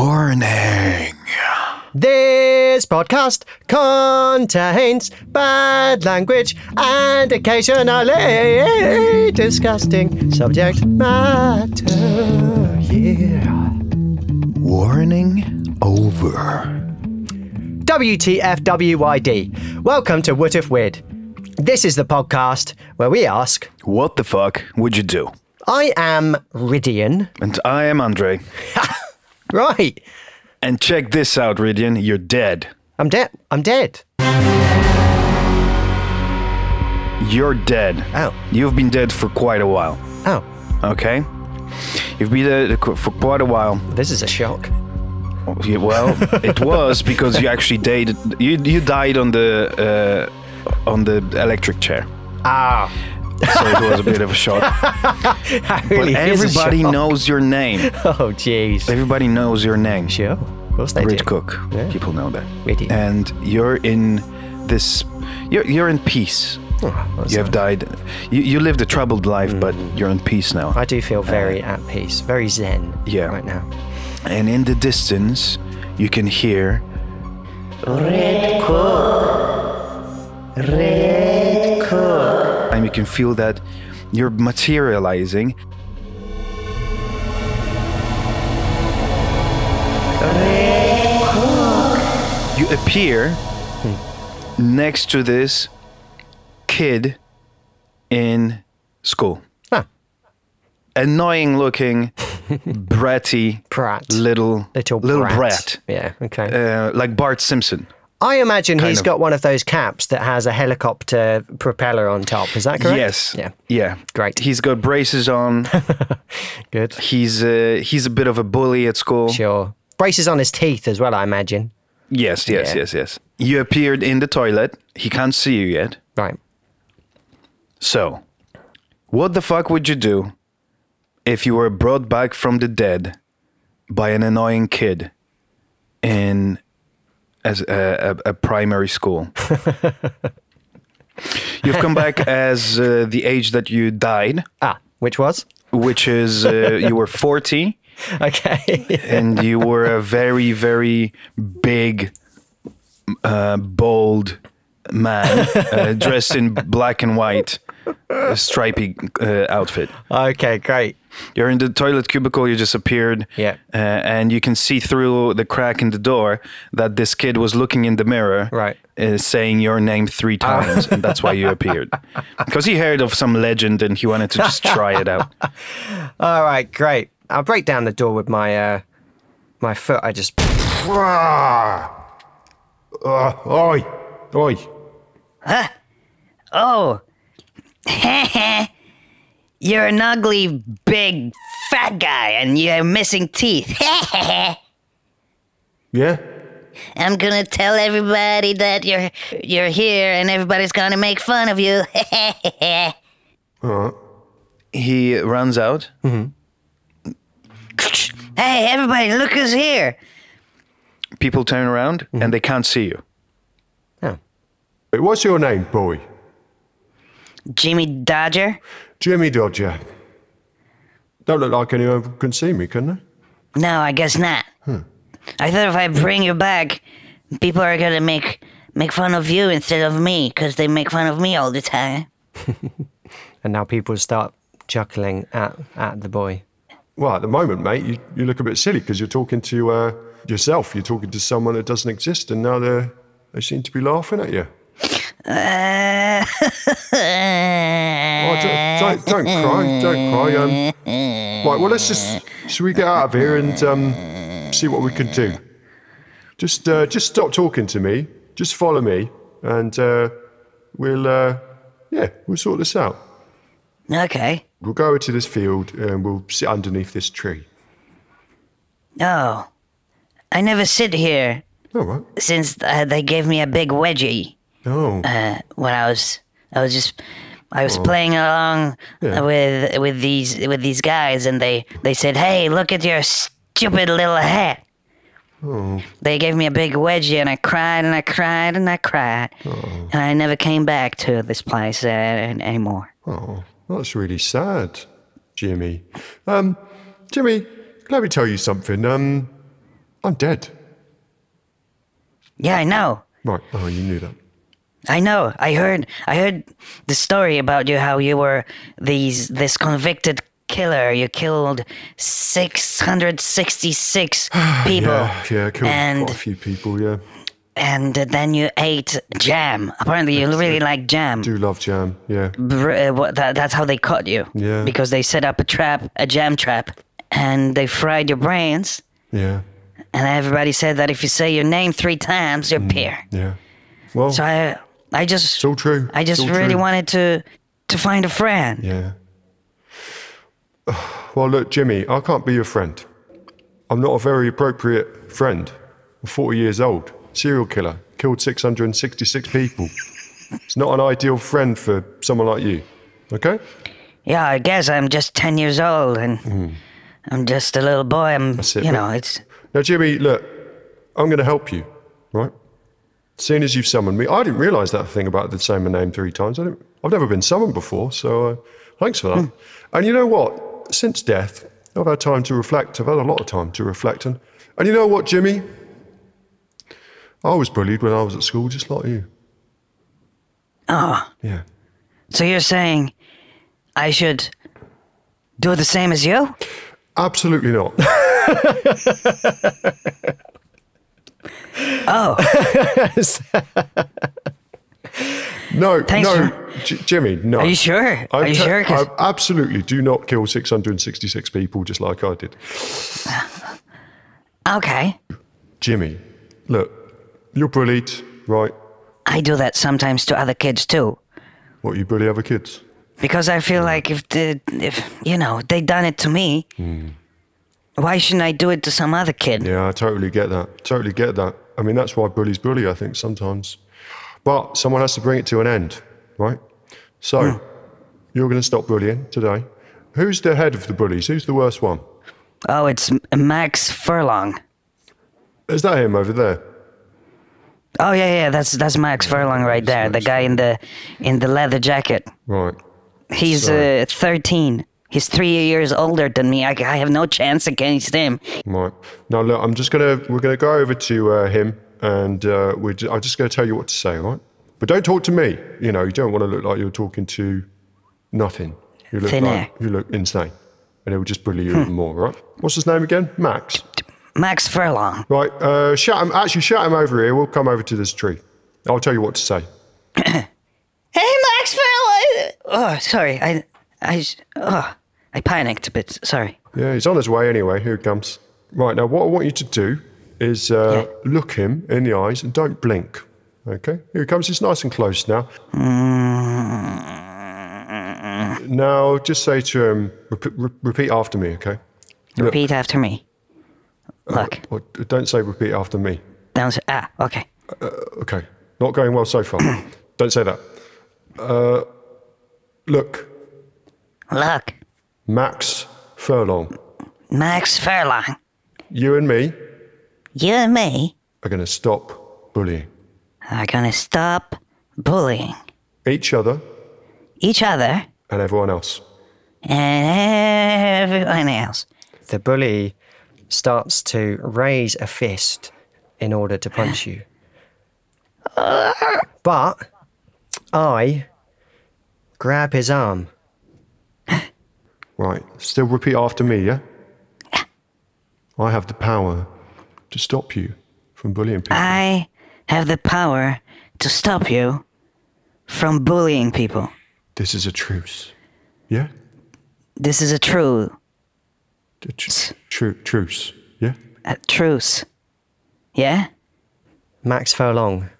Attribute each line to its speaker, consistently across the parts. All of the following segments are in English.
Speaker 1: Warning.
Speaker 2: This podcast contains bad language and occasionally disgusting subject matter. Yeah.
Speaker 1: Warning over.
Speaker 2: WTFWYD. Welcome to What If Weird. This is the podcast where we ask
Speaker 1: What the fuck would you do?
Speaker 2: I am Ridian.
Speaker 1: And I am Andre.
Speaker 2: Right.
Speaker 1: And check this out, Ridian, you're dead.
Speaker 2: I'm dead. I'm dead.
Speaker 1: You're dead.
Speaker 2: Oh.
Speaker 1: You've been dead for quite a while,
Speaker 2: Oh,
Speaker 1: okay? You've been dead for quite a while.
Speaker 2: this is a shock.
Speaker 1: Yeah, Well, it was because you actually dated, you, you died on the uh, on the electric chair.
Speaker 2: Ah.
Speaker 1: So it was a bit of a shock.
Speaker 2: that really is a
Speaker 1: Everybody
Speaker 2: shock.
Speaker 1: knows your name.
Speaker 2: Oh, jeez.
Speaker 1: Everybody knows your name.
Speaker 2: Sure. Of course they
Speaker 1: Rich
Speaker 2: do.
Speaker 1: Cook.
Speaker 2: Yeah.
Speaker 1: People know that.
Speaker 2: Really?
Speaker 1: And you're in this. You're, you're in peace.
Speaker 2: Oh, that's
Speaker 1: You have died. You, you lived a troubled life, but you're in peace now.
Speaker 2: Mm. I do feel very at peace, very
Speaker 1: Uh,
Speaker 2: zen
Speaker 1: yeah.
Speaker 2: right now.
Speaker 1: And in the distance, you can hear. Red Cook. Red Cook. And you can feel that you're materializing. You appear next to this kid in school.
Speaker 2: Huh.
Speaker 1: Annoying looking, bratty,
Speaker 2: Brat.
Speaker 1: little
Speaker 2: Little,
Speaker 1: little
Speaker 2: brat.
Speaker 1: brat,
Speaker 2: Yeah, okay.
Speaker 1: Uh, like Bart Simpson.
Speaker 2: I imagine he's
Speaker 1: of.
Speaker 2: got one of those caps that has a helicopter propeller on top. Is that correct?
Speaker 1: Yes.
Speaker 2: Yeah.
Speaker 1: Yeah.
Speaker 2: Great.
Speaker 1: He's got braces on.
Speaker 2: Good.
Speaker 1: he's uh, he's a bit of a bully at school.
Speaker 2: Sure. Braces on his teeth as well, I imagine.
Speaker 1: Yes. Yes.
Speaker 2: Yeah.
Speaker 1: Yes. Yes. You appeared in the toilet. He can't see you yet.
Speaker 2: Right.
Speaker 1: So, what the fuck would you do if you were brought back from the dead by an annoying kid in as a, a, a primary school? You've come back as uh, the age that you died,
Speaker 2: Ah, which was?
Speaker 1: which is uh, you were 40
Speaker 2: Okay.
Speaker 1: and you were a very, very big, uh, bold man uh, dressed in black and white, uh, stripy uh, outfit.
Speaker 2: okay, great.
Speaker 1: You're in the toilet cubicle, you just appeared.
Speaker 2: Yeah.
Speaker 1: Uh, and you can see through the crack in the door that this kid was looking in the mirror.
Speaker 2: Right. Ah.
Speaker 1: Uh, saying your name three times, and that's why you appeared. Because he heard of some legend and he wanted to just try it out.
Speaker 2: All right, great. I'll break down the door with my uh my foot. I just
Speaker 3: Ah. Uh, oi, oi.
Speaker 4: Oh. You're an ugly, big, fat guy, and you're missing teeth.
Speaker 3: Yeah?
Speaker 4: I'm gonna tell everybody that you're you're here, and everybody's gonna make fun of you.
Speaker 1: He runs out.
Speaker 4: hey, everybody, look who's here!
Speaker 1: People turn around and they can't see you.
Speaker 2: oh.
Speaker 3: Hey, What's your name, boy?
Speaker 4: Jimmy Dodger.
Speaker 3: Jimmy Dodger. Don't look like anyone can see me, can they?
Speaker 4: No, I guess not. I thought if I bring you back, people are gonna make make fun of you instead of me, 'cause they make fun of me all the time.
Speaker 2: and now people start chuckling at at the boy.
Speaker 3: Well, at the moment, mate, you, you look a bit silly because you're talking to uh, yourself. You're talking to someone that doesn't exist, and now they they seem to be laughing at you. Oh, don't, don't, don't cry, don't cry. Um, right, well, let's just should we get out of here and um, see what we can do. Just, uh, just stop talking to me. Just follow me, and uh, we'll, uh, yeah, we'll sort this out.
Speaker 4: okay.
Speaker 3: We'll go into this field and we'll sit underneath this tree.
Speaker 4: Oh, I never sit here
Speaker 3: All right.
Speaker 4: since uh, they gave me a big wedgie
Speaker 3: Oh,
Speaker 4: uh, when I was I was just I was playing along
Speaker 3: Yeah.
Speaker 4: with with these with these guys and they they said, "Hey, look at your stupid little hat." They gave me a big wedgie and I cried and I cried and I cried and I never came back to this place uh, an- anymore.
Speaker 3: oh, that's really sad, Jimmy. Um, Jimmy, let me tell you something. Um, I'm dead.
Speaker 4: Yeah, I know.
Speaker 3: Right. Oh, you knew that.
Speaker 4: I know. I heard. I heard the story about you. How you were these this convicted killer. You killed six hundred sixty six people.
Speaker 3: Yeah, yeah, cool.
Speaker 4: Oh, And-
Speaker 3: Quite a few people, yeah.
Speaker 4: and then you ate jam. Apparently, you really like jam.
Speaker 3: Do love jam, yeah.
Speaker 4: Br- uh, what- that, that's how they caught you.
Speaker 3: Yeah.
Speaker 4: Because they set up a trap, a jam trap, and they fried your brains.
Speaker 3: Yeah,
Speaker 4: And everybody said that if you say your name three times,
Speaker 3: Mm.
Speaker 4: you appear.
Speaker 3: yeah. Well,
Speaker 4: So I, I just,
Speaker 3: it's all true.
Speaker 4: I just
Speaker 3: It's all
Speaker 4: really
Speaker 3: true.
Speaker 4: wanted to, to find a friend.
Speaker 3: Yeah. Well, look, Jimmy, I can't be your friend. I'm not a very appropriate friend. I'm 40 years old, serial killer, killed 666 people. It's not an ideal friend for someone like you, okay?
Speaker 4: Yeah, I guess I'm just ten years old and I'm just a little boy. I'm,
Speaker 3: it,
Speaker 4: you
Speaker 3: mate.
Speaker 4: know, it's
Speaker 3: Now, Jimmy, look, I'm going to help you, right? Seeing as you've summoned me, I didn't realise that thing about the same name three times. I didn't, I've never been summoned before, so uh, thanks for that. And you know what? Since death, I've had time to reflect. I've had a lot of time to reflect. And, and you know what, Jimmy? I was bullied when I was at school, just like you. Oh. Yeah.
Speaker 4: so you're saying I should do the same as you?
Speaker 3: Absolutely not.
Speaker 4: Oh,
Speaker 3: No,
Speaker 4: Thanks
Speaker 3: no, J- Jimmy, no.
Speaker 4: are you sure? Are you
Speaker 3: te-
Speaker 4: sure? 'Cause-
Speaker 3: I absolutely do not kill 666 people just like I did.
Speaker 4: okay,
Speaker 3: Jimmy, look, you're bullied, right?
Speaker 4: I do that sometimes to other kids too.
Speaker 3: What, you bully other kids?
Speaker 4: because I feel like if the if you know they done it to me, why shouldn't I do it to some other kid?
Speaker 3: Yeah, I totally get that. Totally get that. I mean, that's why bullies bully, I think, sometimes. But someone has to bring it to an end, right? So,
Speaker 4: Hmm.
Speaker 3: you're going to stop bullying today. Who's the head of the bullies? Who's the worst one?
Speaker 4: Oh, it's M- Max Furlong.
Speaker 3: Is that him over there?
Speaker 4: Oh yeah, yeah, that's that's Max Furlong right there, the guy in the in the leather jacket.
Speaker 3: Right.
Speaker 4: He's
Speaker 3: Sorry.
Speaker 4: uh, thirteen. He's three years older than me. I, I have no chance against him.
Speaker 3: Right. Now look, I'm just gonna we're gonna go over to uh, him, and uh, we're ju- I'm just gonna tell you what to say, all right? But don't talk to me. You know, you don't want to look like you're talking to nothing. You look
Speaker 4: Thin
Speaker 3: like,
Speaker 4: air. Hmm.
Speaker 3: you look insane, and it will just bully you even more, right? What's his name again? Max.
Speaker 4: Max Furlong.
Speaker 3: Right. Uh, shout him. Actually, shout him over here. We'll come over to this tree. I'll tell you what to say.
Speaker 4: Hey, Max Furlong. Oh, sorry. I I oh, I panicked a bit. Sorry.
Speaker 3: Yeah, he's on his way anyway. Here he comes. Right now, what I want you to do is uh, look him in the eyes and don't blink. Okay, here he comes. He's nice and close now. Now, just say to him, repeat, re- repeat after me. Okay,
Speaker 4: Repeat after me. Look.
Speaker 3: or don't say repeat after me.
Speaker 4: Down. Ah, okay.
Speaker 3: Okay, not going well so far. don't say that. Uh, look,
Speaker 4: Look.
Speaker 3: Max Furlong,
Speaker 4: Max Furlong,
Speaker 3: you and me
Speaker 4: you and me
Speaker 3: are going to stop bullying
Speaker 4: are gonna stop bullying
Speaker 3: each other
Speaker 4: each other
Speaker 3: and everyone else.
Speaker 4: and everyone else.
Speaker 2: The bully starts to raise a fist in order to punch you. But I grab his arm.
Speaker 3: Right. Still repeat after me, yeah? I have the power to stop you from bullying people.
Speaker 4: I have the power to stop you from bullying people.
Speaker 3: this is a truce. Yeah?
Speaker 4: This is a true
Speaker 3: A tr- tru- truce. Yeah?
Speaker 4: a truce. Yeah?
Speaker 2: Max Furlong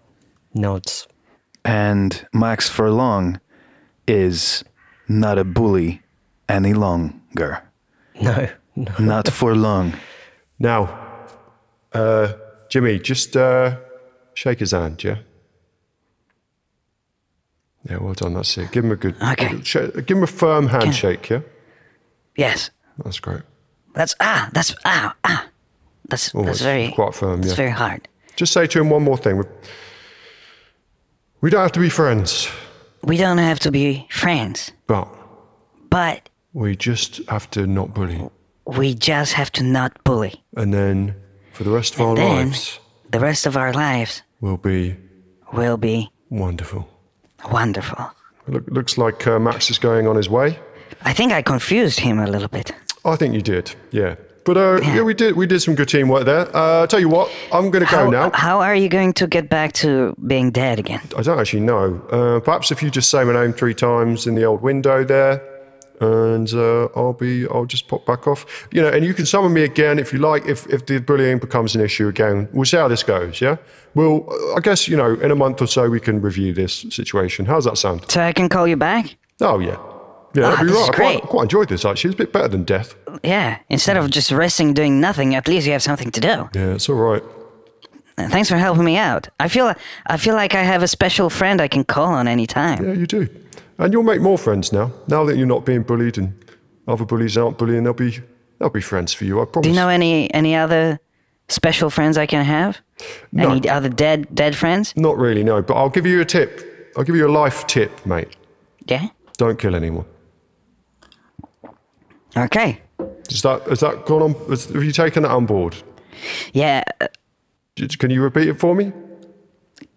Speaker 2: nods.
Speaker 1: And Max Furlong is not a bully any longer.
Speaker 2: No.
Speaker 1: Not for long.
Speaker 3: Now, uh, Jimmy, just uh, shake his hand, yeah? Yeah, well done. That's it. Give him a good.
Speaker 4: Okay.
Speaker 3: Sh- give him a firm handshake, yeah?
Speaker 4: Yes.
Speaker 3: That's great.
Speaker 4: That's ah, that's ah, ah. That's
Speaker 3: Oh,
Speaker 4: that's
Speaker 3: it's
Speaker 4: very
Speaker 3: quite firm,
Speaker 4: It's
Speaker 3: yeah.
Speaker 4: very hard.
Speaker 3: Just say to him one more thing. We don't have to be friends,
Speaker 4: We don't have to be friends,
Speaker 3: but
Speaker 4: but
Speaker 3: we just have to not bully.
Speaker 4: we just have to not bully.
Speaker 3: and then for the rest of our
Speaker 4: Then
Speaker 3: lives
Speaker 4: the rest of our lives
Speaker 3: will be
Speaker 4: will be
Speaker 3: wonderful.
Speaker 4: wonderful.
Speaker 3: Look, looks like uh, Max is going on his way.
Speaker 4: I think I confused him a little bit.
Speaker 3: I think you did, yeah. But uh, yeah, we did we did some good teamwork there. Uh, tell you what, I'm going to go
Speaker 4: How,
Speaker 3: now.
Speaker 4: how are you going to get back to being dead again?
Speaker 3: I don't actually know. Uh, perhaps if you just say my name three times in the old window there, and uh, I'll be I'll just pop back off. You know, and you can summon me again if you like. If if the bullying becomes an issue again, we'll see how this goes. Yeah. Well, I guess you know in a month or so we can review this situation. How's that sound?
Speaker 4: So I can call you back?
Speaker 3: Oh yeah. Yeah, that'd be
Speaker 4: this
Speaker 3: right.
Speaker 4: is
Speaker 3: I quite,
Speaker 4: great.
Speaker 3: I quite enjoyed this actually. It's a bit better than death.
Speaker 4: Yeah. Instead of just resting doing nothing, at least you have something to do.
Speaker 3: Yeah, it's all right.
Speaker 4: Uh, Thanks for helping me out. I feel I feel like I have a special friend I can call on any time.
Speaker 3: Yeah, you do. And you'll make more friends now. Now that you're not being bullied and other bullies aren't bullying, they'll be they'll be friends for you. I promise.
Speaker 4: Do you know any any other special friends I can have? Any other dead dead friends?
Speaker 3: Not really, no. But I'll give you a tip. I'll give you a life tip, mate.
Speaker 4: Yeah.
Speaker 3: Don't kill anyone.
Speaker 4: Okay.
Speaker 3: Is that has that gone on? Has, have you taken that on board?
Speaker 4: Yeah. uh,
Speaker 3: J- Can you repeat it for me?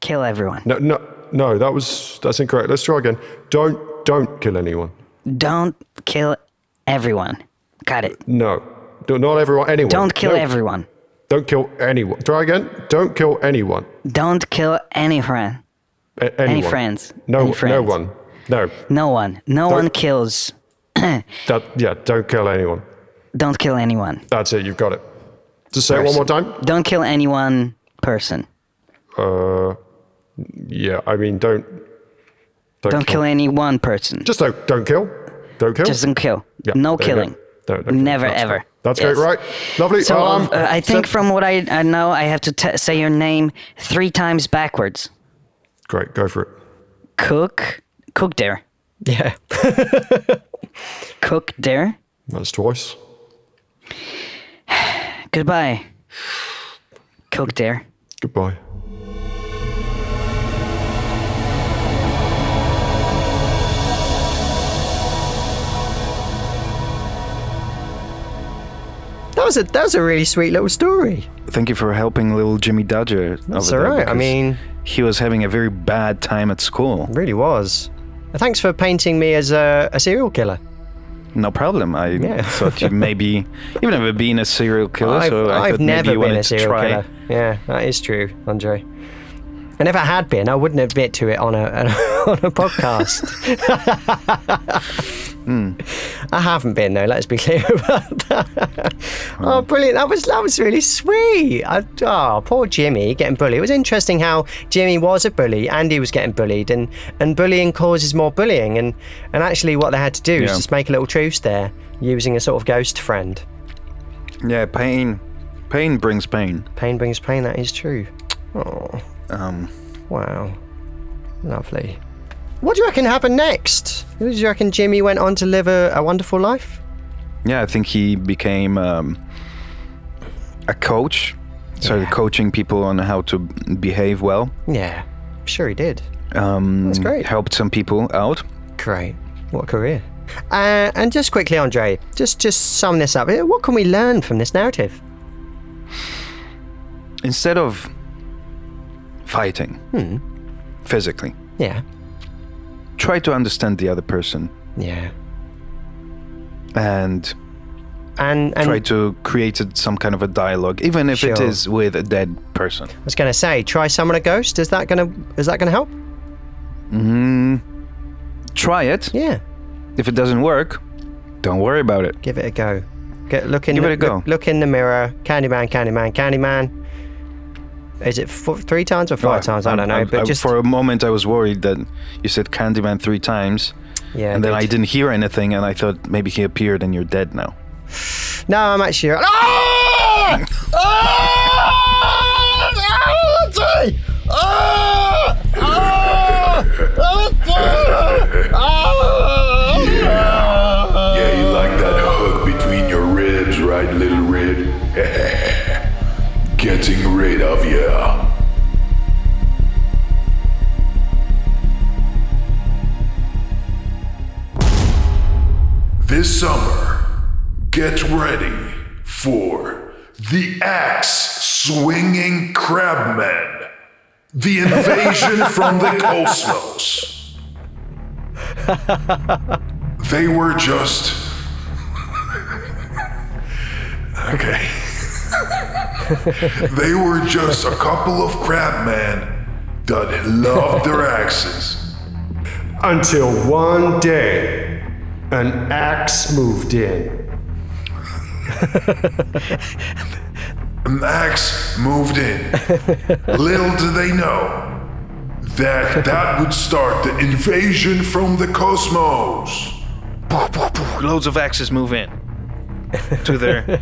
Speaker 4: Kill everyone.
Speaker 3: No, no, no. That was that's incorrect. Let's try again. Don't don't kill anyone.
Speaker 4: Don't kill everyone. Got it.
Speaker 3: No, Do- not everyone. Anyone.
Speaker 4: Don't kill
Speaker 3: No.
Speaker 4: everyone.
Speaker 3: Don't kill anyone. Try again. Don't kill anyone.
Speaker 4: Don't kill any friend.
Speaker 3: A- anyone.
Speaker 4: Any friends.
Speaker 3: No,
Speaker 4: Any
Speaker 3: no
Speaker 4: friends.
Speaker 3: one. No.
Speaker 4: No one. No
Speaker 3: Don't-
Speaker 4: one kills.
Speaker 3: That yeah. Don't kill anyone.
Speaker 4: Don't kill anyone.
Speaker 3: That's it. You've got it. Just say it one more time.
Speaker 4: Don't kill anyone person.
Speaker 3: Yeah. I mean, don't.
Speaker 4: Don't kill any one person.
Speaker 3: Just don't don't kill. Don't kill.
Speaker 4: Just don't kill.
Speaker 3: Yeah, there you
Speaker 4: no
Speaker 3: go.
Speaker 4: killing.
Speaker 3: Don't- don't kill.
Speaker 4: Never,
Speaker 3: That's
Speaker 4: ever.
Speaker 3: great. That's
Speaker 4: Yes.
Speaker 3: great, right? Lovely.
Speaker 4: So
Speaker 3: Well,
Speaker 4: uh,
Speaker 3: um,
Speaker 4: I think
Speaker 3: so-
Speaker 4: from what I, I know, I have to t- say your name three times backwards.
Speaker 3: great. Go for it.
Speaker 4: Cook, cook there,
Speaker 2: Yeah.
Speaker 4: cook there.
Speaker 3: That's twice.
Speaker 4: Goodbye. Cook there.
Speaker 3: Goodbye.
Speaker 2: That was a that was a really sweet little story.
Speaker 1: Thank you for helping little Jimmy Dodger.
Speaker 2: That's
Speaker 1: over
Speaker 2: all
Speaker 1: there
Speaker 2: right. I
Speaker 1: because
Speaker 2: mean,
Speaker 1: he was having a very bad time at school.
Speaker 2: really was. Thanks for painting me as a, a serial killer.
Speaker 1: No problem. I
Speaker 2: Yeah.
Speaker 1: thought you maybe you've never been a serial killer,
Speaker 2: I've,
Speaker 1: so I
Speaker 2: I've
Speaker 1: thought
Speaker 2: never
Speaker 1: maybe you
Speaker 2: been
Speaker 1: wanted to
Speaker 2: a serial
Speaker 1: try.
Speaker 2: killer. Yeah, that is true, Andre. And if I had been, I wouldn't admit to it on a on a podcast.
Speaker 1: Hmm.
Speaker 2: I haven't been though. Let's be clear about that.
Speaker 1: Hmm.
Speaker 2: Oh, brilliant! That was that was really sweet. I, oh, poor Jimmy getting bullied. It was interesting how Jimmy was a bully and he was getting bullied, and and bullying causes more bullying. And and actually, what they had to do is
Speaker 1: Yeah.
Speaker 2: just make a little truce there using a sort of ghost friend.
Speaker 1: Yeah, pain. Pain brings pain.
Speaker 2: Pain brings pain, that is true. Oh.
Speaker 1: Um,
Speaker 2: Wow. Lovely. What do you reckon happened next? Do you reckon Jimmy went on to live a, a wonderful life?
Speaker 1: Yeah, I think he became um, a coach. Started coaching people on how to behave well.
Speaker 2: Yeah. Sure he did.
Speaker 1: Um, That's
Speaker 2: great.
Speaker 1: Helped some people out.
Speaker 2: Great. What a career. Uh, and just quickly, Andre, just just sum this up. Uh, What can we learn from this narrative?
Speaker 1: Instead of fighting physically,
Speaker 2: Yeah.
Speaker 1: try to understand the other person
Speaker 2: Yeah.
Speaker 1: and
Speaker 2: And and
Speaker 1: try to create a- some kind of a dialogue, even if it
Speaker 2: Sure.
Speaker 1: is with a dead person.
Speaker 2: I was gonna say, try summon a ghost. Is that gonna is that gonna help?
Speaker 1: Try it.
Speaker 2: Yeah.
Speaker 1: If it doesn't work, don't worry about it.
Speaker 2: Give it a go. Get look in.
Speaker 1: Give
Speaker 2: the,
Speaker 1: it a go.
Speaker 2: Look, look in the mirror. Candyman, Candyman, Candyman. Is it four, three times or five times? I
Speaker 1: I'm-
Speaker 2: don't know.
Speaker 1: I'm-
Speaker 2: but
Speaker 1: I-
Speaker 2: just
Speaker 1: for a moment, I was worried that you said Candyman three times,
Speaker 2: yeah.
Speaker 1: and then I
Speaker 2: good.
Speaker 1: didn't hear anything, and I thought maybe he appeared and you're dead now.
Speaker 2: No, I'm actually. Ah! Ah! Reality! Ah! Ah! Reality! Ah!
Speaker 5: Yeah, you like that hook between your ribs, right, little rib? Getting rid of you. This summer, get ready for the Axe swinging crabman, the invasion from the cosmos. they were just. Okay. they were just a couple of crabmen that loved their axes.
Speaker 3: Until one day, an axe moved in.
Speaker 5: An axe moved in. Little do they know that that would start the invasion from the cosmos.
Speaker 1: Loads of axes move in to their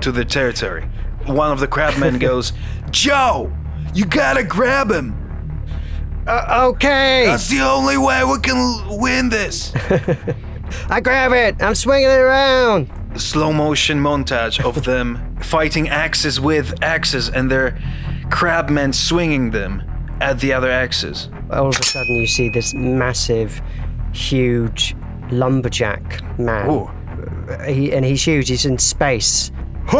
Speaker 1: to their territory. One of the crabmen goes, "Joe, you gotta grab him.
Speaker 2: oh, Okay,
Speaker 1: That's the only way we can l- win this."
Speaker 2: I grab it. I'm swinging it around.
Speaker 1: slow motion montage of them fighting axes with axes and their crabmen swinging them at the other axes.
Speaker 2: all of a sudden you see this massive, huge lumberjack man.
Speaker 1: Ooh.
Speaker 2: He, and he's huge. He's in space.
Speaker 3: you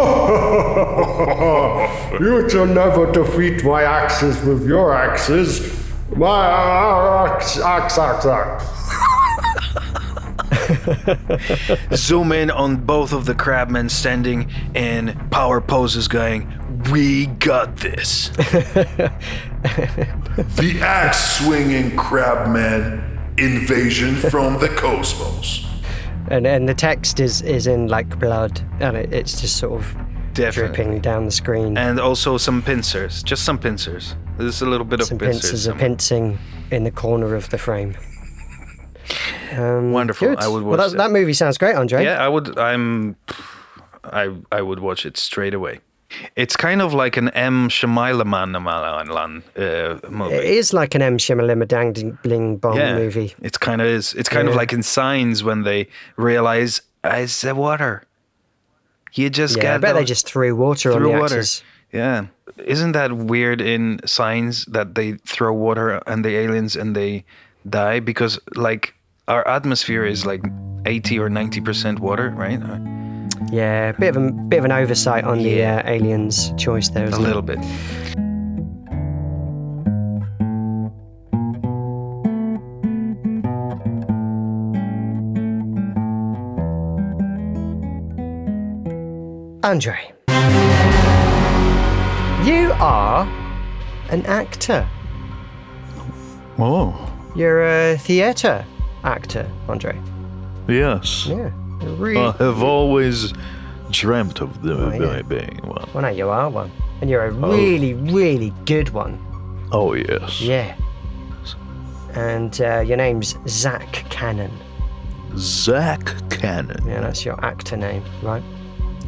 Speaker 3: shall never defeat my axes with your axes. My axe, axe, axe, axe.
Speaker 1: Zoom in on both of the crabmen standing in power poses, going, "We got this."
Speaker 5: The axe swinging crabman invasion from the cosmos.
Speaker 2: And and the text is is in like blood, and it, it's just sort of
Speaker 1: Definitely.
Speaker 2: dripping down the screen.
Speaker 1: And also some pincers, just some pincers. There's a little bit
Speaker 2: Some
Speaker 1: of pincers.
Speaker 2: pincers are
Speaker 1: some-
Speaker 2: pincing in the corner of the frame. Um,
Speaker 1: Wonderful,
Speaker 2: good.
Speaker 1: I would
Speaker 2: well,
Speaker 1: watch
Speaker 2: that,
Speaker 1: that.
Speaker 2: that movie sounds great, Andre.
Speaker 1: Yeah, I would. I'm. I I would watch it straight away. It's kind of like an M. Shyamalan uh, movie.
Speaker 2: It is like an M. Shimmerlimmer Dang Bling Bong movie.
Speaker 1: It's kind of is. It's kind of
Speaker 2: Yeah.
Speaker 1: like in Signs when they realize it's the water. You just
Speaker 2: Yeah,
Speaker 1: got
Speaker 2: I bet
Speaker 1: the-
Speaker 2: they just threw water
Speaker 1: threw
Speaker 2: on the
Speaker 1: water.
Speaker 2: axis.
Speaker 1: Yeah, isn't that weird in Signs that they throw water on the aliens and they die because like our atmosphere is like eighty or ninety percent water, right?
Speaker 2: Yeah, bit of a bit of an oversight on the uh, aliens' choice there.
Speaker 1: A
Speaker 2: Isn't
Speaker 1: little bit.
Speaker 2: it? Andre, you are an actor.
Speaker 6: Oh,
Speaker 2: You're a theatre actor, Andre.
Speaker 6: yes.
Speaker 2: Yeah, you're really. Oh,
Speaker 6: I have always dreamt of the
Speaker 2: yeah.
Speaker 6: being one.
Speaker 2: Well, no, you are one, and you're a really, really good one.
Speaker 6: Oh, yes.
Speaker 2: Yeah. And uh, your name's Zach Cannon.
Speaker 6: Zach Cannon.
Speaker 2: Yeah, that's your actor name, right?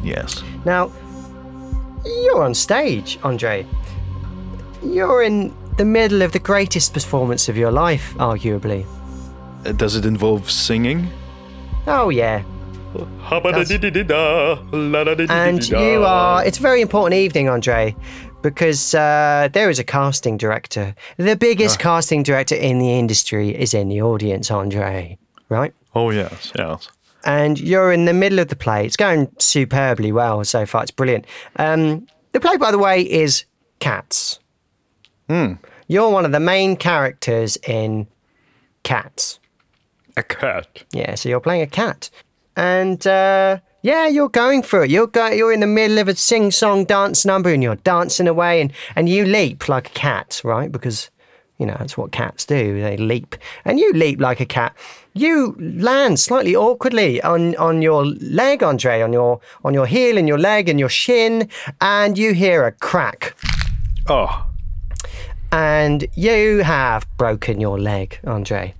Speaker 6: Yes.
Speaker 2: Now, you're on stage, Andre. You're in the middle of the greatest performance of your life, arguably.
Speaker 6: Uh, Does it involve singing?
Speaker 2: Oh, yeah. And
Speaker 7: And
Speaker 2: you are. It's a very important evening, Andre, because uh, there is a casting director. The biggest casting director in the industry is in the audience, Andre, right?
Speaker 6: Oh, yes, yes.
Speaker 2: and you're in the middle of the play. It's going superbly well so far. It's brilliant. Um, the play, by the way, is Cats. You're one of the main characters in Cats.
Speaker 6: A cat.
Speaker 2: Yeah, so you're playing a cat, and uh, yeah, you're going for it. You're go- you're in the middle of a sing-song dance number, and you're dancing away, and and you leap like a cat, right? Because you know that's what cats do. They leap, and you leap like a cat. You land slightly awkwardly on on your leg, Andre, on your on your heel and your leg and your shin, and you hear a crack,
Speaker 6: Oh,
Speaker 2: and you have broken your leg, Andre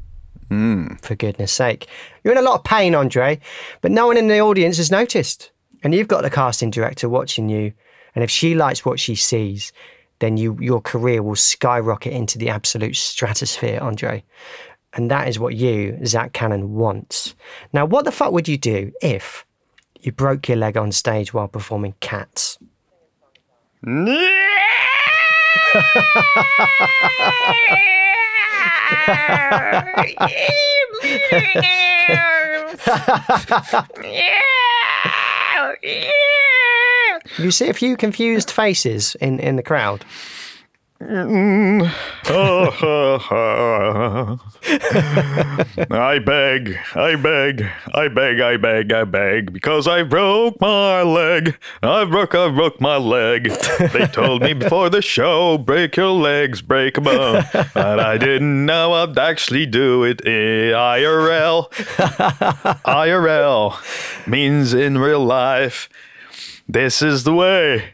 Speaker 2: for goodness sake. You're in a lot of pain, Andre, but no one in the audience has noticed. And you've got the casting director watching you. And if she likes what she sees, then you, your career will skyrocket into the absolute stratosphere, Andre. And that is what you, Zach Cannon, wants. Now, what the fuck would you do if you broke your leg on stage while performing Cats?
Speaker 7: Yeah.
Speaker 2: You see a few confused faces in, in the crowd.
Speaker 6: I beg, I beg, I beg, I beg, I beg, because I broke my leg. I broke, I broke my leg. They told me before the show, break your legs, break 'em up. But I didn't know I'd actually do it eh, IRL. IRL means in real life. This is the way.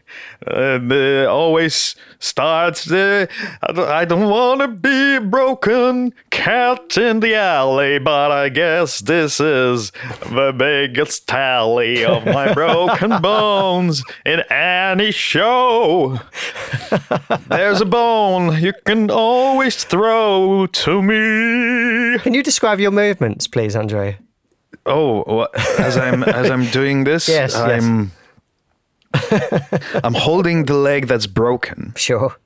Speaker 6: Uh, the always starts the. I don't, I don't want to be a broken cat in the alley, but I guess this is the biggest tally of my broken bones in any show. There's a bone you can always throw to me.
Speaker 2: Can you describe your movements, please, Andre?
Speaker 1: Oh, wha- as I'm as I'm doing this,
Speaker 2: Yes, yes.
Speaker 1: I'm I'm holding the leg that's broken
Speaker 2: Sure.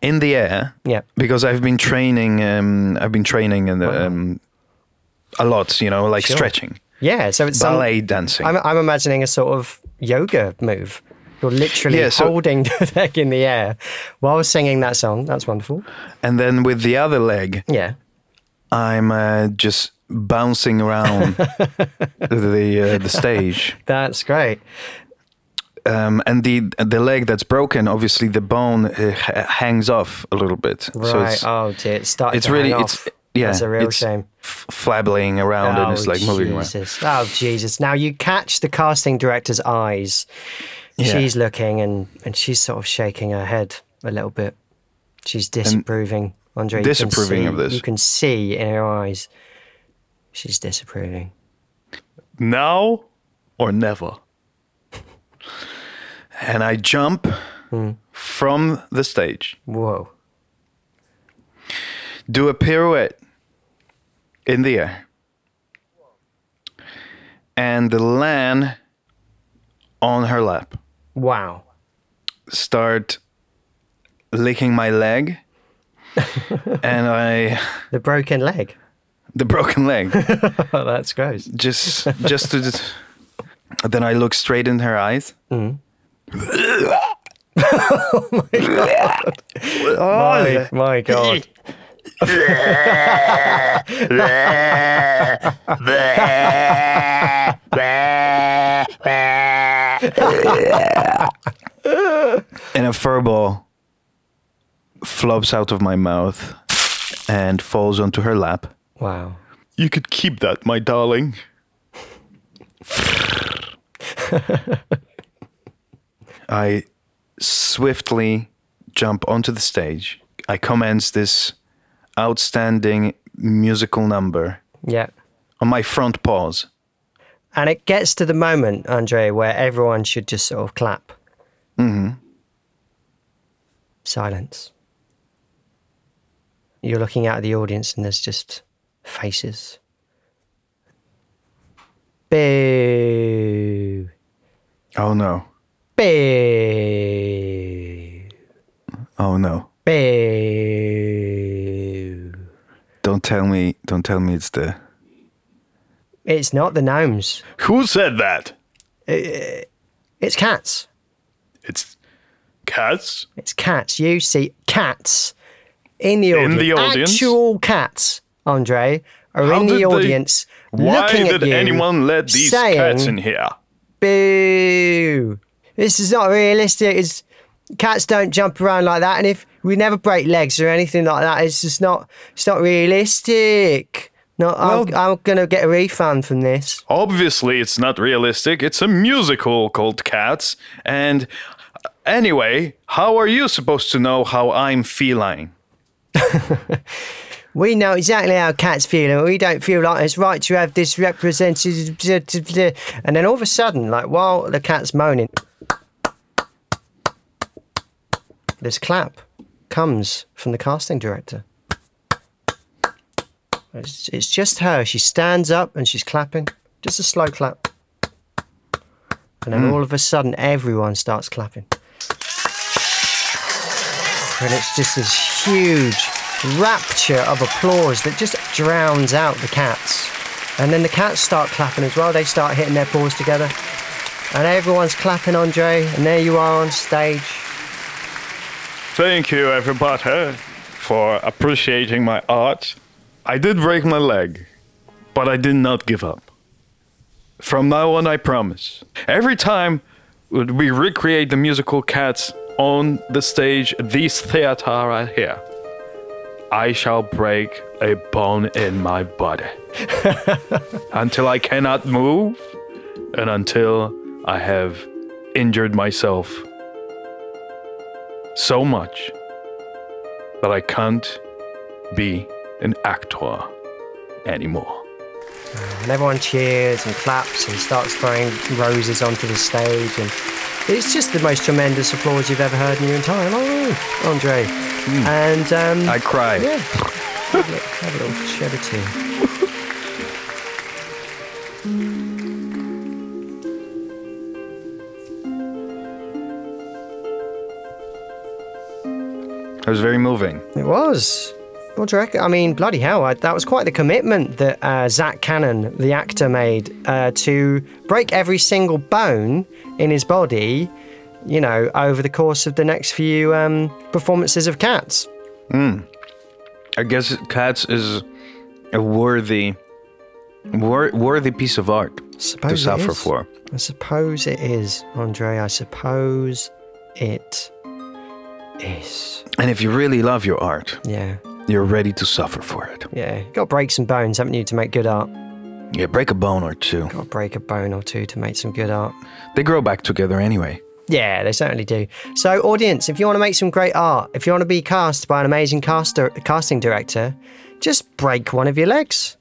Speaker 1: in the air.
Speaker 2: Yeah.
Speaker 1: Because I've been training. Um, I've been training and um, a lot. You know, like stretching,
Speaker 2: Yeah, so it's some-
Speaker 1: ballet dancing.
Speaker 2: I'm, I'm imagining a sort of yoga move. You're literally
Speaker 1: Yeah, so-
Speaker 2: holding the leg in the air while singing that song. That's wonderful.
Speaker 1: and then with the other leg,
Speaker 2: Yeah.
Speaker 1: I'm uh, just bouncing around the uh, the stage.
Speaker 2: That's great.
Speaker 1: Um, and the the leg that's broken, obviously the bone uh, h- hangs off a little bit.
Speaker 2: Right.
Speaker 1: So it's,
Speaker 2: oh dear, it's starting
Speaker 1: it's
Speaker 2: to
Speaker 1: really
Speaker 2: hang
Speaker 1: it's
Speaker 2: off.
Speaker 1: yeah,
Speaker 2: That's a real
Speaker 1: it's
Speaker 2: shame. Oh,
Speaker 1: f- flabbling around and it's like moving around.
Speaker 2: Jesus. Oh Jesus! Now you catch the casting director's eyes. She's looking and and she's sort of shaking her head a little bit. She's disapproving. Andre, you can
Speaker 1: disapproving
Speaker 2: see-
Speaker 1: of this.
Speaker 2: You can see in her eyes. She's disapproving.
Speaker 6: Now or never.
Speaker 1: And I jump from the stage,
Speaker 2: Whoa.
Speaker 1: do a pirouette in the air, and land on her lap.
Speaker 2: Wow.
Speaker 1: Start licking my leg, and I
Speaker 2: The broken leg.
Speaker 1: the broken leg.
Speaker 2: Oh, that's gross.
Speaker 1: just just to just, then I look straight in her eyes. Oh
Speaker 2: My, my God.
Speaker 1: and a furball flops out of my mouth and falls onto her lap.
Speaker 2: Wow.
Speaker 6: You could keep that, my darling.
Speaker 1: I swiftly jump onto the stage. I commence this outstanding musical number
Speaker 2: Yeah.
Speaker 1: on my front paws.
Speaker 2: And it gets to the moment, Andre, where everyone should just sort of clap. Mm-hmm. Silence. You're looking out at the audience and there's just faces. Boo.
Speaker 1: Oh no.
Speaker 2: Boo.
Speaker 1: Oh no.
Speaker 2: Boo.
Speaker 1: Don't tell me don't tell me it's the
Speaker 2: It's not the gnomes.
Speaker 6: Who said that?
Speaker 2: It's cats.
Speaker 6: It's cats.
Speaker 2: It's cats. You see cats in the audience.
Speaker 6: In the audience?
Speaker 2: Actual cats, Andre, are
Speaker 6: How
Speaker 2: in the
Speaker 6: did they-
Speaker 2: audience
Speaker 6: Why
Speaker 2: looking at
Speaker 6: did
Speaker 2: you.
Speaker 6: anyone let these
Speaker 2: saying,
Speaker 6: cats in here?
Speaker 2: Boo! This is not realistic. It's, cats don't jump around like that, and if we never break legs or anything like that, it's just not. It's not realistic. No, I'm, I'm gonna get a refund from this.
Speaker 6: Obviously, it's not realistic. It's a musical called Cats. And uh, anyway, how are you supposed to know how I'm feline?
Speaker 2: We know exactly how cats feel, and we don't feel like it's right to have this represented. And then all of a sudden, like while the cat's moaning, this clap comes from the casting director. It's, it's just her. She stands up and she's clapping, just a slow clap. And then all of a sudden, everyone starts clapping. And it's just this huge rapture of applause that just drowns out the cats. And then the cats start clapping as well. They start hitting their paws together. And everyone's clapping, Andre. And there you are on stage.
Speaker 6: Thank you, everybody, for appreciating my art. I did break my leg, but I did not give up. From now on, I promise. Every time we recreate the musical Cats on the stage, this theater right here, I shall break a bone in my body until I cannot move and until I have injured myself so much that I can't be an actor anymore.
Speaker 2: And everyone cheers and claps and starts throwing roses onto the stage. And it's just the most tremendous applause you've ever heard in your entire life, Andre. And um,
Speaker 1: I cried.
Speaker 2: Yeah. have, a little, have a little cheddar tea.
Speaker 1: It was very moving.
Speaker 2: It was. What do you reckon? I mean, bloody hell, I, that was quite the commitment that uh, Zach Cannon, the actor, made uh, to break every single bone in his body, you know, over the course of the next few um, performances of Cats.
Speaker 1: I guess Cats is a worthy, wor- worthy piece of art
Speaker 2: Suppose
Speaker 1: to
Speaker 2: it
Speaker 1: suffer
Speaker 2: is.
Speaker 1: for.
Speaker 2: I suppose it is, Andre. I suppose it is.
Speaker 1: And if you really love your art,
Speaker 2: Yeah,
Speaker 1: you're ready to suffer for it.
Speaker 2: yeah. got to break some bones, haven't you, to make good art?
Speaker 1: Yeah, break a bone or two.
Speaker 2: Got to break a bone or two to make some good art.
Speaker 1: They grow back together anyway.
Speaker 2: Yeah, they certainly do. So, audience, if you want to make some great art, if you want to be cast by an amazing caster, casting director, just break one of your legs.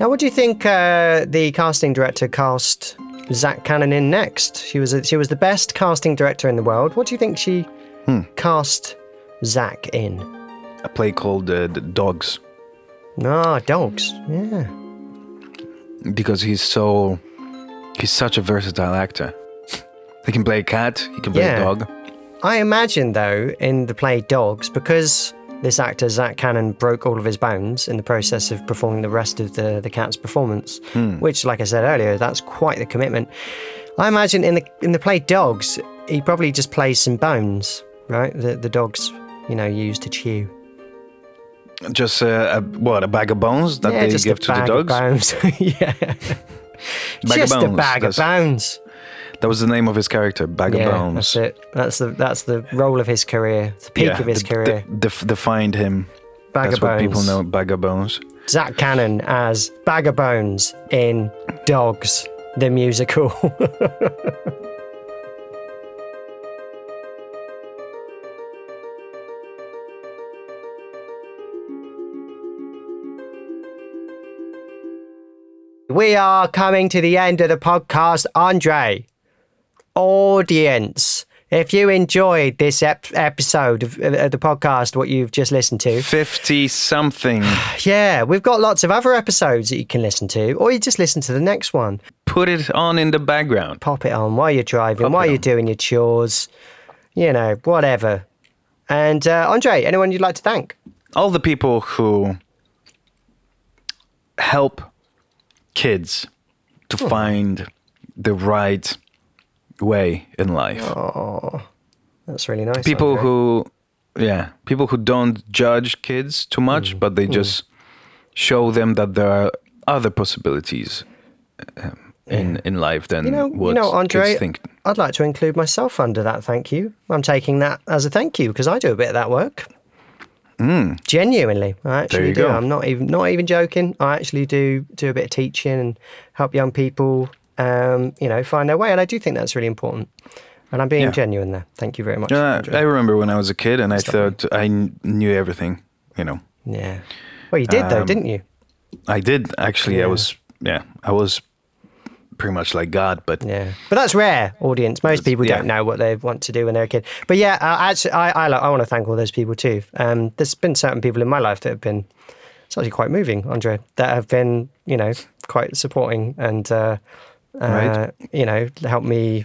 Speaker 2: Now, what do you think uh, the casting director cast Zach Cannon in next? She was a, she was the best casting director in the world. What do you think she cast Zach in?
Speaker 1: A play called uh, The Dogs
Speaker 2: Ah, dogs. Yeah.
Speaker 1: because he's so he's such a versatile actor. He can play a cat, he can play
Speaker 2: Yeah.
Speaker 1: a dog.
Speaker 2: I imagine, though, in the play Dogs, because this actor, Zach Cannon, broke all of his bones in the process of performing the rest of the, the cat's performance,
Speaker 1: Hmm.
Speaker 2: which, like I said earlier, that's quite the commitment. I imagine in the in the play Dogs, he probably just plays some bones, right? The, the dogs, you know, use to chew.
Speaker 1: Just uh, a, what a bag of bones that they
Speaker 2: just
Speaker 1: give
Speaker 2: a
Speaker 1: to the
Speaker 2: bag
Speaker 1: dogs.
Speaker 2: Of bones. yeah.
Speaker 1: Bag of
Speaker 2: just a
Speaker 1: bones,
Speaker 2: bag
Speaker 1: that's-
Speaker 2: of bones.
Speaker 1: That was the name of his character, Bag
Speaker 2: Yeah,
Speaker 1: of Bones.
Speaker 2: that's it. That's the that's the role of his career, the peak of his
Speaker 1: de-
Speaker 2: career.
Speaker 1: de- def- defined him.
Speaker 2: bag
Speaker 1: That's
Speaker 2: of
Speaker 1: what
Speaker 2: bones.
Speaker 1: people know, Bag of Bones.
Speaker 2: Zach Cannon as Bag of Bones in Dogs, the musical. we are coming to the end of the podcast, Andre. Audience, if you enjoyed this ep- episode of, of the podcast, what you've just listened to,
Speaker 1: 50 something.
Speaker 2: yeah, we've got lots of other episodes that you can listen to, or you just listen to the next one.
Speaker 1: Put it on in the background.
Speaker 2: Pop it on while you're driving, while you're doing your chores, you know, whatever. And uh, Andre, anyone you'd like to thank?
Speaker 1: All the people who help kids to find the right way in life.
Speaker 2: Oh, That's really nice.
Speaker 1: people
Speaker 2: Andre.
Speaker 1: who yeah people who don't judge kids too much
Speaker 2: Mm-hmm.
Speaker 1: but they just show them that there are other possibilities um, in in life than
Speaker 2: you know,
Speaker 1: what
Speaker 2: you know, Andre,
Speaker 1: kids think
Speaker 2: I'd like to include myself under that. Thank you. I'm taking that as a thank you because I do a bit of that work. Genuinely, I actually
Speaker 1: Hmm. you
Speaker 2: do.
Speaker 1: go.
Speaker 2: I'm not even not even joking. I actually do do a bit of teaching and help young people, um, you know, find their way. And I do think that's really important. And I'm being genuine there. Thank you very much.
Speaker 1: Uh,
Speaker 2: Andre.
Speaker 1: i remember when i was a kid and i thought i kn- knew everything you know
Speaker 2: yeah. Well, you did though,
Speaker 1: Um,
Speaker 2: didn't you?
Speaker 1: i did actually i was yeah i was pretty much like god but
Speaker 2: Yeah, but that's rare. Audience, most people
Speaker 1: yeah.
Speaker 2: don't know what they want to do when they're a kid. But yeah, uh, actually, I I, like, I want to thank all those people too. Um, there's been certain people in my life that have been. It's actually quite moving, Andre. That have been, you know, quite supporting and, uh, uh,
Speaker 1: Right.
Speaker 2: you know, helped me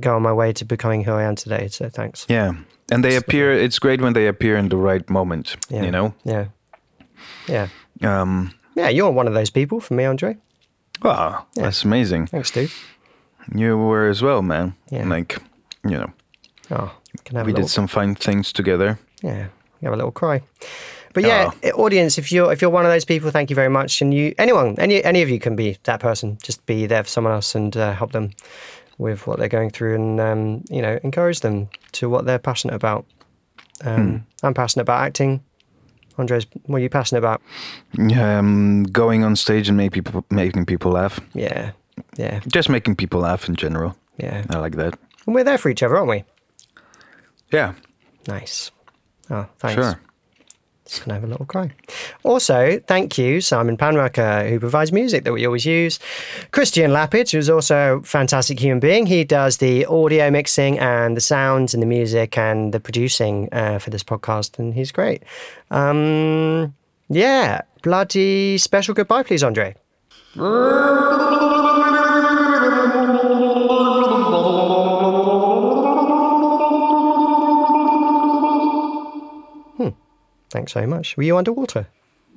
Speaker 2: go on my way to becoming who I am today. So thanks.
Speaker 1: yeah and they appear it's great when they appear in the right moment
Speaker 2: Yeah.
Speaker 1: you know
Speaker 2: Yeah. Yeah.
Speaker 1: um
Speaker 2: Yeah. You're one of those people for me, Andre.
Speaker 1: wow Ah, that's amazing
Speaker 2: Thanks, dude.
Speaker 1: You were as well, man.
Speaker 2: Yeah.
Speaker 1: Like, you know,
Speaker 2: Oh, can I have
Speaker 1: we
Speaker 2: a little
Speaker 1: did some fine things together.
Speaker 2: yeah, you have a little cry. But yeah, eh, audience, if you're if you're one of those people, thank you very much. And you, anyone, any any of you can be that person. Just be there for someone else and uh, help them with what they're going through, and um, you know, encourage them to what they're passionate about. Um, I'm passionate about acting. Andres, what are you passionate about?
Speaker 1: Um, going on stage and make people, making people laugh.
Speaker 2: Yeah, yeah,
Speaker 1: Just making people laugh in general.
Speaker 2: yeah.
Speaker 1: I like that.
Speaker 2: And we're there for each other, aren't we?
Speaker 1: Yeah,
Speaker 2: Nice. Oh, thanks.
Speaker 1: sure.
Speaker 2: Just gonna have a little cry. Also, thank you, Simon Panrucker, who provides music that we always use. Christian Lapid, who's also a fantastic human being. He does the audio mixing and the sounds and the music and the producing uh, for this podcast, and he's great. Um, yeah, bloody special goodbye, please, Andre. Thanks very much. Were you underwater?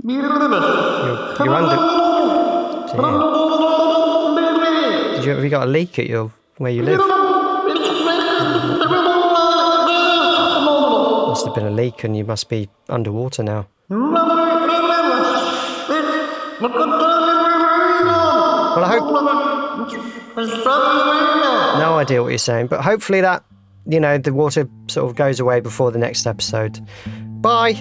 Speaker 2: You're, you're under. Dear. Did you have you got a leak at your where you live? Must have been a leak, and you must be underwater now. Well, I hope. No idea what you're saying, but hopefully that you know the water sort of goes away before the next episode. Bye.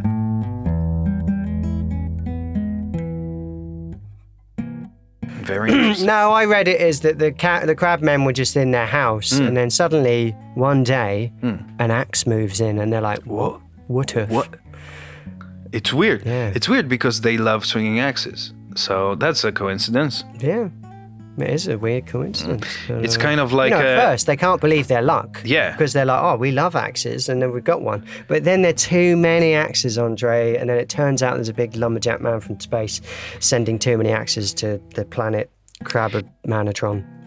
Speaker 1: Very interesting.
Speaker 2: No, I read it as that the cat, the crab men were just in their house,
Speaker 1: Mm.
Speaker 2: and then suddenly one day an axe moves in, and they're like, "What? What? If?
Speaker 1: What? It's weird.
Speaker 2: Yeah.
Speaker 1: It's weird because they love swinging axes. So that's a coincidence.
Speaker 2: Yeah, it is a weird coincidence.
Speaker 1: Mm. It's kind of like
Speaker 2: you know, at
Speaker 1: uh,
Speaker 2: first they can't believe their luck.
Speaker 1: Yeah.
Speaker 2: because they're like, "Oh, we love axes," and then we've got one. But then there are too many axes, Andre, and then it turns out there's a big lumberjack man from space sending too many axes to the planet Crab of Manatron.